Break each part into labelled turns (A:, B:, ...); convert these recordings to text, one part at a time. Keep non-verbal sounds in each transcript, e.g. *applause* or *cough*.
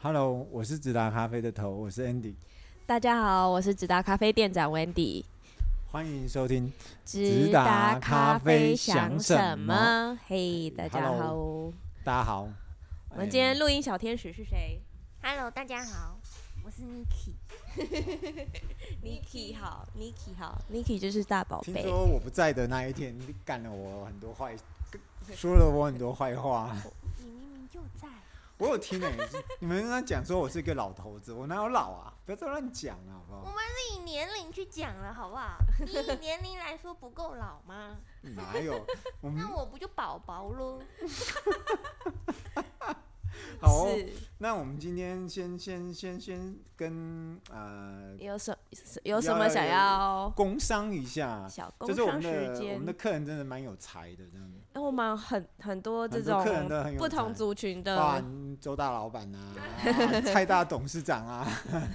A: Hello，我是直达咖啡的头，我是 Andy，
B: 大家好，我是直达咖啡店长 Wendy。
A: 欢迎收听。
B: 直
A: 达
B: 达
A: 咖
B: 咖
A: 啡
B: 啡
A: 想
B: 想
A: 什
B: 什
A: 么
B: 么？嘿，大家好，
A: Hello
B: 我
A: 大家好，哎
B: 们今天录音小天使是谁
C: Hello，大家好，我是 Niki。
B: ？Niki 好，Niki 好，Niki 就是大宝
A: 哎听
B: 贝。
A: 说我不在的那一天，你干了我很多
B: *laughs*
A: 坏，说了我很多坏话。
C: 你明明就在，
A: 我有听诶、你们那讲说我是一个老头子，我哪有老啊？不要再乱讲了，好不
C: 我
A: 好？
C: 们是以年龄去讲了，好不 *laughs* 好？你以年龄来说不够老吗？
A: 哪
B: *laughs*
A: 有？我们
C: 那我不就宝宝喽？
A: 好哦、
B: 是
A: 那我们今天先先先先跟呃
B: 有什有什么想要
A: 工商一下，
B: 小工
A: 就是我
B: 商
A: 们的
B: 时
A: 我们
B: 间
A: 的？客人真的蛮有才的，真的。
B: 哎，我们很很多这
A: 很多
B: 种
A: 客人都很有
B: 不同
A: 才
B: 族群
A: 包
B: 的，
A: 含周大老板
B: *laughs*
A: 啊，啊蔡大董事长啊， *laughs*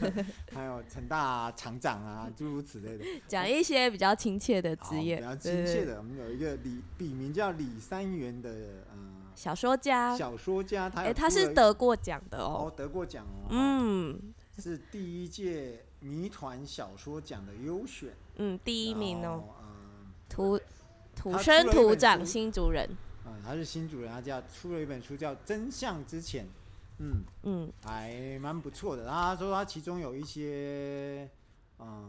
A: 还有陈大、厂长啊，诸如此类的
B: 讲一些比较亲切的
A: 好
B: 职业，
A: 比较
B: 对
A: 亲
B: 对
A: 切
B: 对
A: 的，我们有一个李笔名叫李三元的呃
B: 小说家。
A: 小说家，他有
B: 哎，他
A: 出了
B: 是得过奖的哦
A: 哦。得过奖哦，
B: 嗯
A: 是第一届谜团小说奖的优选
B: 嗯，第一名哦。
A: 然后嗯
B: 土土
A: 他
B: 生
A: 出了一
B: 土
A: 本
B: 长
A: 书
B: 新族人。
A: 嗯，他是新主人，他叫出了一本书叫《真相之前》，嗯。
B: 嗯，
A: 还蛮不错的。他说他其中有一些，呃，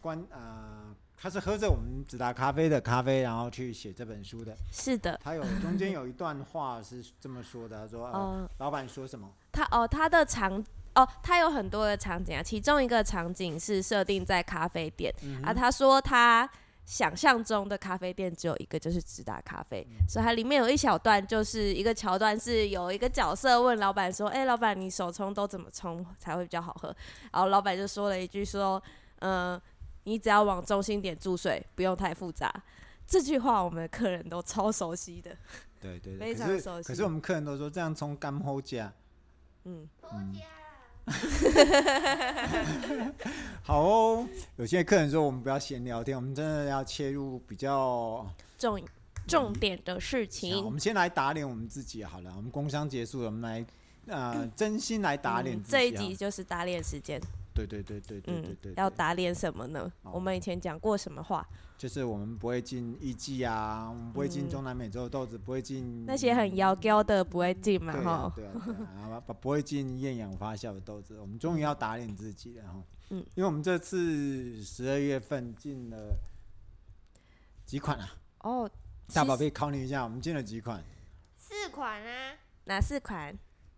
A: 关呃，他是喝着我们直达咖啡的咖啡，然后去写这本书的。
B: 是的。
A: 他有中间有一段话是这么说的，他说，呃，
B: 哦，
A: 老板说什么？
B: 他哦，他的场哦，他有很多的场景啊，其中一个场景是设定在咖啡店、
A: 嗯
B: 啊。他说他想象中的咖啡店只有一个，就是直达咖啡，
A: 嗯
B: 所以它里面有一小段，就是一个桥段，是有一个角色问老板说：“哎、老板，你手冲都怎么冲才会比较好喝？”然后老板就说了一句说：“嗯、你只要往中心点注水，不用太复杂。”这句话我们的客人都超熟悉的，
A: 对对对，
B: 非常
A: 可
B: 熟
A: 是
B: 悉
A: 可是我们客人都说这样冲干后价。
B: 嗯。
C: 啊
A: 好哦，有些客人说我们不要闲聊天，我们真的要切入比较。
B: 重重点的事
A: 好我
B: 情。
A: 们先来打脸我们自己好了。我们工商结束了，我们来呃，
B: *laughs*
A: 真心来打脸
B: 嗯
A: 自己
B: 这一
A: 好
B: 集就是打脸时间，
A: 对对对对对对对
B: 嗯
A: 对，，哦嗯
B: 要打脸什么呢？
A: 好
B: 我们以前讲过什么话？
A: 就是我们不会进艺伎啊，我们不会进
B: 嗯
A: 中南美洲的豆子，不会进
B: 那些很妖娇的不会进嘛
A: 对啊
B: 哈？
A: 对啊对啊，然后不不会进厌氧发酵的豆子，我们终于要打脸自己了哈。
B: 嗯，
A: 因为我们这次十二月份进了几款啊？
B: 哦，
A: 大宝贝考你一下，我们进了几款？
C: 四款啊，
B: 哪四款？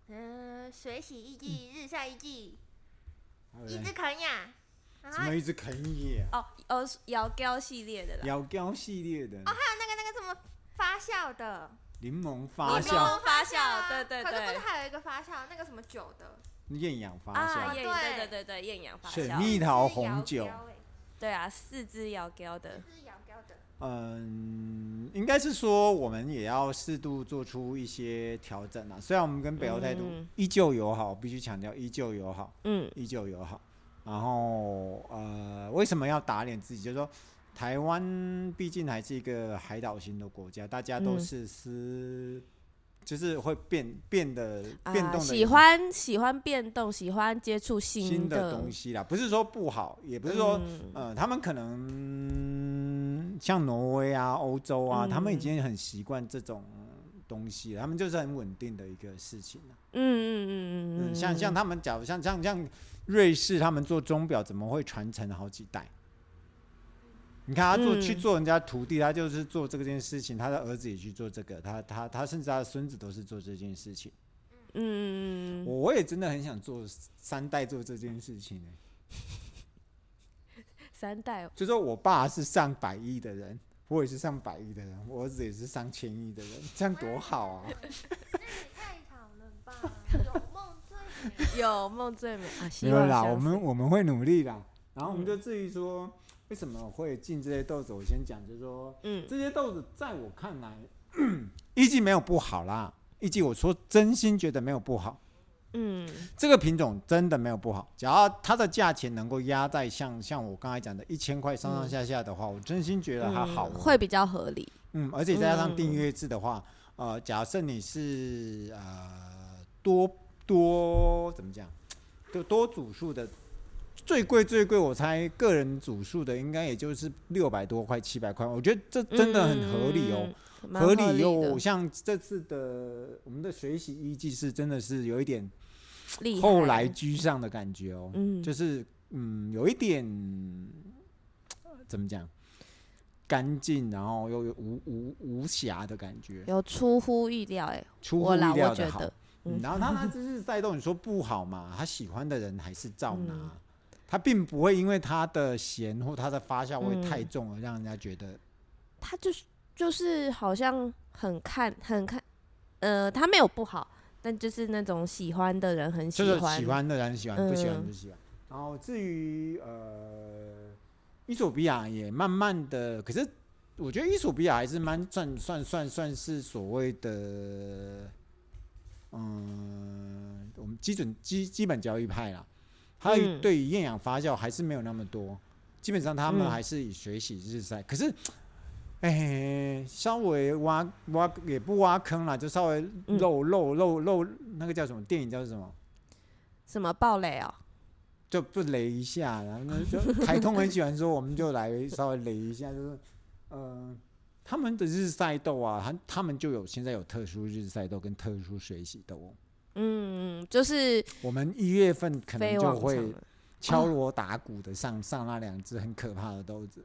C: 嗯、水洗一季、日晒一季、
A: 对不
C: 一
A: 对
C: 只肯亚，然
A: 什
C: 后还
A: 么
C: 有
A: 一只啃野、
B: 哦哦，妖娇系列的啦，
A: 咬胶系列的
C: 那个那个什么发酵的，
A: 柠檬发
B: 柠檬
A: 酵、
B: 发酵
C: 啊
B: 对对
C: 可是不
B: 对
C: 是还有一个发酵那个什么酒的？
A: 厌氧发
B: 啊，
A: 酵、
B: 艳
C: 对
B: 对对对对，艳阳发
A: 水
B: 酵，
A: 蜜桃红酒。
B: 对啊，四只妖娇的，
C: 是摇标的。
A: 嗯，应该是说我们也要适度做出一些调整啊。虽然我们跟北欧态度
B: 嗯
A: 依旧友好，必须强调依旧友好，
B: 嗯
A: 依旧友好。然后呃，为什么要打脸自己？就是说，台湾毕竟还是一个海岛型的国家，大家都
B: 嗯
A: 是私，就是会变变的变
B: 啊，
A: 动的、
B: 喜欢喜欢变动，喜欢接触
A: 新的
B: 的
A: 东，西啦。不是说不好，也不是说
B: 嗯
A: 呃，他们可能像挪威啊、欧洲啊，他们已
B: 嗯
A: 经很习惯这种东西了，他们就是很稳定的一个事情了。
B: 嗯嗯嗯嗯
A: 嗯，
B: 嗯，
A: 像像他们，假如像像像瑞士，他们做钟表怎么会传承好几代？你看他做、去
B: 嗯
A: 做人家徒弟，他就是做这件事情，他的儿子也去做这个，他他他甚至他的孙子都是做这件事情。
B: 嗯嗯嗯嗯
A: 我我也真的很想做三代做这件事情、欸，
B: 嗯，三代
A: 就说我爸是上百亿的人，我也是上百亿的人，我儿子也是上千亿的人， *laughs* 这样多好啊！
C: 这也太吵了吧！有梦最美。
B: 有梦最美啊，
A: 没
B: 希
A: 有
B: 望
A: 啦，
B: 相
A: 我
B: 随
A: 们我们会努力啦。然后我们
B: 嗯
A: 就至于说为什么会进这些豆子，我先讲，就是说
B: 嗯
A: 这些豆子在我看来， *coughs* 一季没有不好啦，一季我说真心觉得没有不好，
B: 嗯
A: 这个品种真的没有不好，只要它的价钱能够压在像像我刚才讲的一千块上上下下的话，我真心觉得它好哦、
B: 嗯会比较合理。
A: 嗯，而且再加上订
B: 嗯
A: 阅制的话，呃，假设你是呃多多怎么讲，就多组数的，最贵最贵，我猜个人组数的应该也就是六百多块、七百块，我觉得这真的很合理哦，
B: 嗯，蛮
A: 合
B: 理
A: 理
B: 的
A: 又像这次的我们的学习依据是真的是有一点
B: 厉害
A: 后来居上的感觉哦，
B: 嗯，
A: 就是嗯有一点呃怎么讲，干净，然后又有无无无瑕的感觉，
B: 有出乎意料哎、
A: 出乎
B: 我
A: 意
B: 啦，
A: 料
B: 我
A: 的
B: 觉
A: 好。
B: 得，
A: 嗯
B: 嗯
A: 然后他那只是带动，你说不好嘛？ *laughs* 他喜欢的人还是照拿，
B: 嗯
A: 他并不会因为他的咸或他的发酵味
B: 嗯
A: 太重而让人家觉得
B: 他就是就是好像很看很看，呃，他没有不好，但就是那种喜欢的人很喜
A: 就是
B: 欢，
A: 喜欢的人喜欢，不喜欢
B: 嗯
A: 不喜欢。然后至于呃，伊索比亚啊也慢慢的，可是我觉得伊索比亚还是蛮算算算算是所谓的，嗯，我们基准基基本交易派啦，他
B: 嗯
A: 对于厌氧发酵还是没有那么多，基本上他们
B: 嗯
A: 还是以水洗日晒，可是。哎，稍微挖挖也不挖坑啦，就稍微
B: 嗯
A: 漏漏漏漏那个叫什么电影叫什么？
B: 什么暴雷哦，
A: 就不雷一下，然后呢，就台通很喜欢说，我们就来稍微雷一下，就是，呃，他们的日晒豆啊，他他们就有现在有特殊日晒豆跟特殊水洗豆哦，
B: 嗯，就是
A: 我们一月份可能
B: 非
A: 就
B: 往常
A: 会
B: 了
A: 敲锣打鼓的
B: 嗯
A: 上上那两只很可怕的豆子，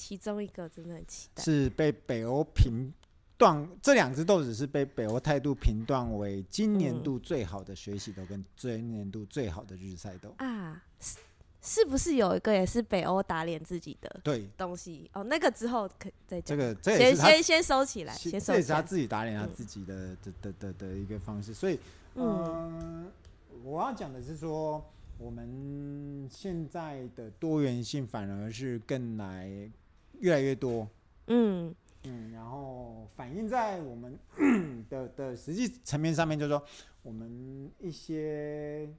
B: 其中一个真的很期待，
A: 是被北欧评断，这两只豆子是被北欧态度评断为今年
B: 嗯
A: 度最好的水洗豆跟今年度最好的日晒豆，
B: 啊，是是不是有一个也是北欧打脸自己的
A: 对，
B: 东西？哦，那个之后可再
A: 这
B: 讲，
A: 个这也
B: 先
A: 是他
B: 先先收起来，
A: 是
B: 先
A: 这
B: 收
A: 也是
B: 起
A: 他
B: 来。
A: 自己打脸他
B: 嗯
A: 自己的的的的的一个方式，所以，
B: 嗯
A: 嗯、我要讲的是说，我们现在的多元性反而是更来越来越多，
B: 嗯
A: 嗯，然后反映在我们 *clears throat* 的的实际层面上面，就是说我们一些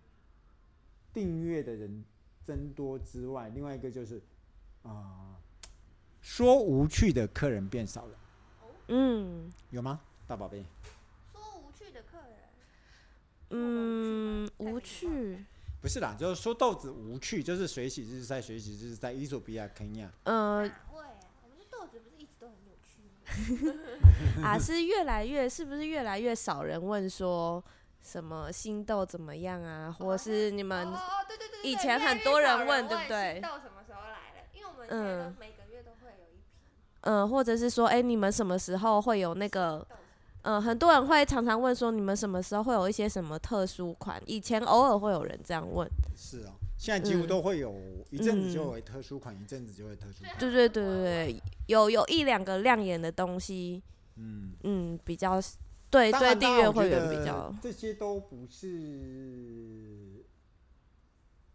A: 订阅的人增多之外，另外一个就是啊、说无趣的客人变少了，
B: 嗯
A: 有吗，大宝贝？
C: 说无趣的客人，
B: 嗯，无趣。
A: 不是啦，就是说豆子无趣，就是水洗日晒，水洗日晒，伊索比亚、肯亚，
B: 呃，
C: 哪会啊？我们的豆子不是一直都很有趣吗？
B: 啊，是越来越是不是越来越少人问说什么新豆怎么样啊，或是你们
C: 哦，对对对对
B: 以
C: 对
B: 前
C: 越来
B: 很
C: 越
B: 多人
C: 少人
B: 问对不对
C: 新豆什么时候来了？因为我们现在都
B: 嗯
C: 每个月都会有一批
B: 嗯、呃或者是说哎、你们什么时候会有那个
C: 豆子，
B: 嗯、呃很多人会常常问说你们什么时候会有一些什么特殊款？以前偶尔会有人这样问，
A: 是哦，现在几乎
B: 嗯
A: 都会有，一阵子就会特殊款，一阵子就会特殊款，
B: 对对对对对，有有一两个亮眼的东西，
A: 嗯，
B: 嗯，比较对
A: 当
B: 对
A: 然
B: 订阅会员比较，，
A: 这些都不是，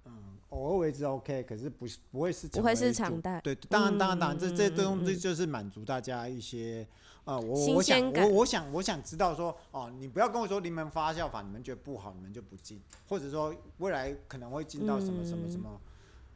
A: 嗯，偶尔为之 OK，可是不是不会是
B: 不会
A: 成为
B: 是
A: 主
B: 常态
A: 对，当然当然当然，这这
B: 嗯嗯嗯
A: 东西
B: 嗯
A: 就是满足大家一些啊、呃我
B: 新
A: 我
B: 鲜
A: 想我
B: 感
A: 我想我想知道说哦，你不要跟我说临门发酵法，你们觉得不好，你们就不进，或者说未来可能会进到什么什么什么，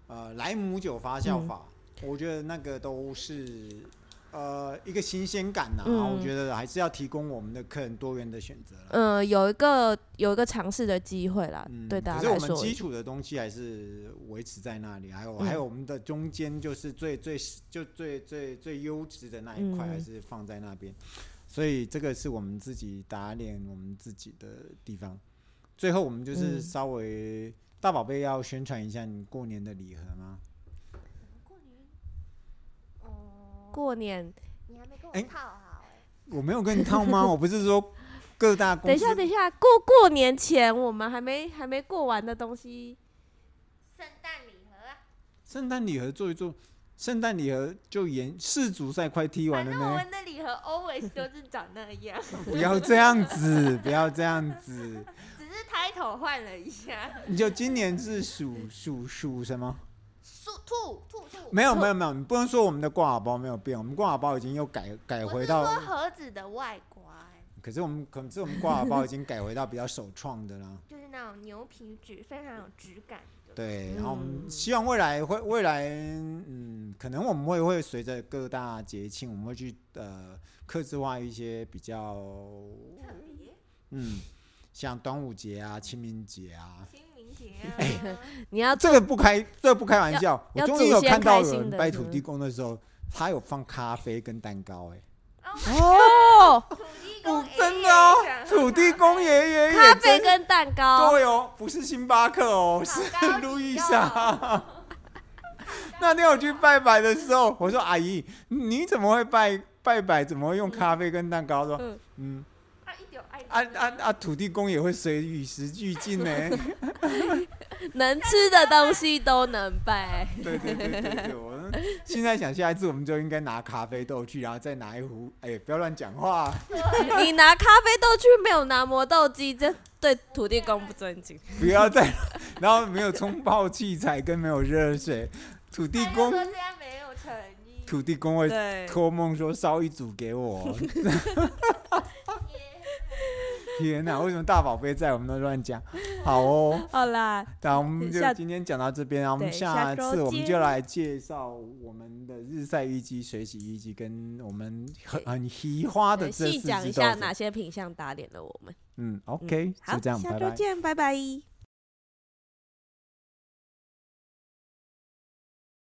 A: 呃，莱姆酒发酵
B: 嗯
A: 法，我觉得那个都是。呃，一个新鲜感呐、
B: 嗯
A: 我觉得还是要提供我们的客人多元的选择啦。
B: 嗯、有一个有一个尝试的机会啦，
A: 啊嗯，
B: 对大
A: 可
B: 家
A: 是我
B: 来
A: 们
B: 说，
A: 基础的东西还是维持在那里，还有、
B: 嗯
A: 还有我们的中间就是最最就最最最优质的那一块
B: 嗯
A: 还是放在那边，所以这个是我们自己打脸我们自己的地方。最后我们就是
B: 嗯
A: 稍微、大宝贝要宣传一下你过年的礼盒吗？
C: 过年，哦，
B: 过年
C: 你还没跟
A: 哎
C: 我套好哎。
A: 我没有跟你套
B: *laughs*
A: 吗？我不是说各大公司
B: 等一下，等一下，过过年前我们还没还没过完的东西，
C: 圣诞礼盒啊，
A: 圣诞礼盒做一做，圣诞礼盒就演世足赛快踢完了
C: 反正
A: 呢
C: 我。
B: 哎
C: 们的礼盒 always 都是长那 *laughs* 样，
A: *laughs* 不要这样子，不要这样子。
C: 只是 title 换了一下。
A: 你就今年是属属属什么？
C: 兔兔兔兔，
A: 没有没有没有，你不能说我们的挂耳包没有变，我们挂耳包已经又改改
C: 我
A: 回
C: 是
A: 到，
C: 说盒子的外观，
A: 可是我们可是我们挂耳包已经改回到比较首创的啦。
C: 就是那种牛皮纸，非常有质感的。
A: 对，然后我们
B: 嗯
A: 希望未来会未来，嗯，可能我们会会随着各大节庆，我们会去呃克制化一些比较
C: 特别
A: 嗯像端午节啊、清明节啊，
C: 清明节啊，
A: 哎
C: *laughs*
B: 你要
A: 这个不开，这个不开玩笑，我
B: 要
A: 终
B: 祖
A: 于有
B: 先
A: 看到
B: 开
A: 有
B: 心
A: 人
B: 的
A: 拜
B: 是
A: 土
B: 吗
A: 地公的时候，他有放咖啡跟蛋糕、哎。
B: 哦，
C: 土地公爷爷
A: 真的哦
C: 想，喝
A: 土地公
C: *laughs*
A: 爷爷也
B: 咖啡
A: 真
B: 跟蛋糕，
A: 对哦，不是星巴克哦，是
C: 高级
A: *laughs* 路
C: 哦
A: 易莎。 *laughs* 那天我去拜拜的时候，我说阿姨，你怎么会拜拜拜？怎么会用咖啡跟蛋糕？她说
B: 嗯
A: 嗯，
C: 他一点哎爱你
A: 啊啊啊，土地公也会随与时俱
B: *laughs*
A: 进呢。
B: 能吃的东西都能拜。
A: *laughs* 对对对对对，我现在想下一次我们就应该拿咖啡豆去，然后再拿一壶。哎、不要乱讲话。
B: 你拿咖啡豆去，没有拿磨豆机，这对土地公不尊敬。
A: 不要再， *laughs* 然后没有冲泡器材跟没有热水，土地
C: 他就
A: 公
C: 说这样没有诚意，
A: 土地公会
B: 对，
A: 托梦说烧一组给我。 *laughs* 天哪、为什么大宝贝在我们都乱讲？好哦，
B: 好啦，
A: 那我们就
B: 下
A: 今天讲到这边啊，我们
B: 对下周
A: 次我们
B: 见
A: 就来介绍我们的日晒雨机、水洗衣机跟我们很很奇花的
B: 对
A: 这
B: 细
A: 四
B: 讲一
A: 只
B: 下
A: 豆
B: 哪
A: 子。
B: 些品相打脸了我们。
A: 嗯，OK，
B: 好
A: 就这样，，
B: 下
A: 拜
B: 周
A: 拜。
B: 见，拜拜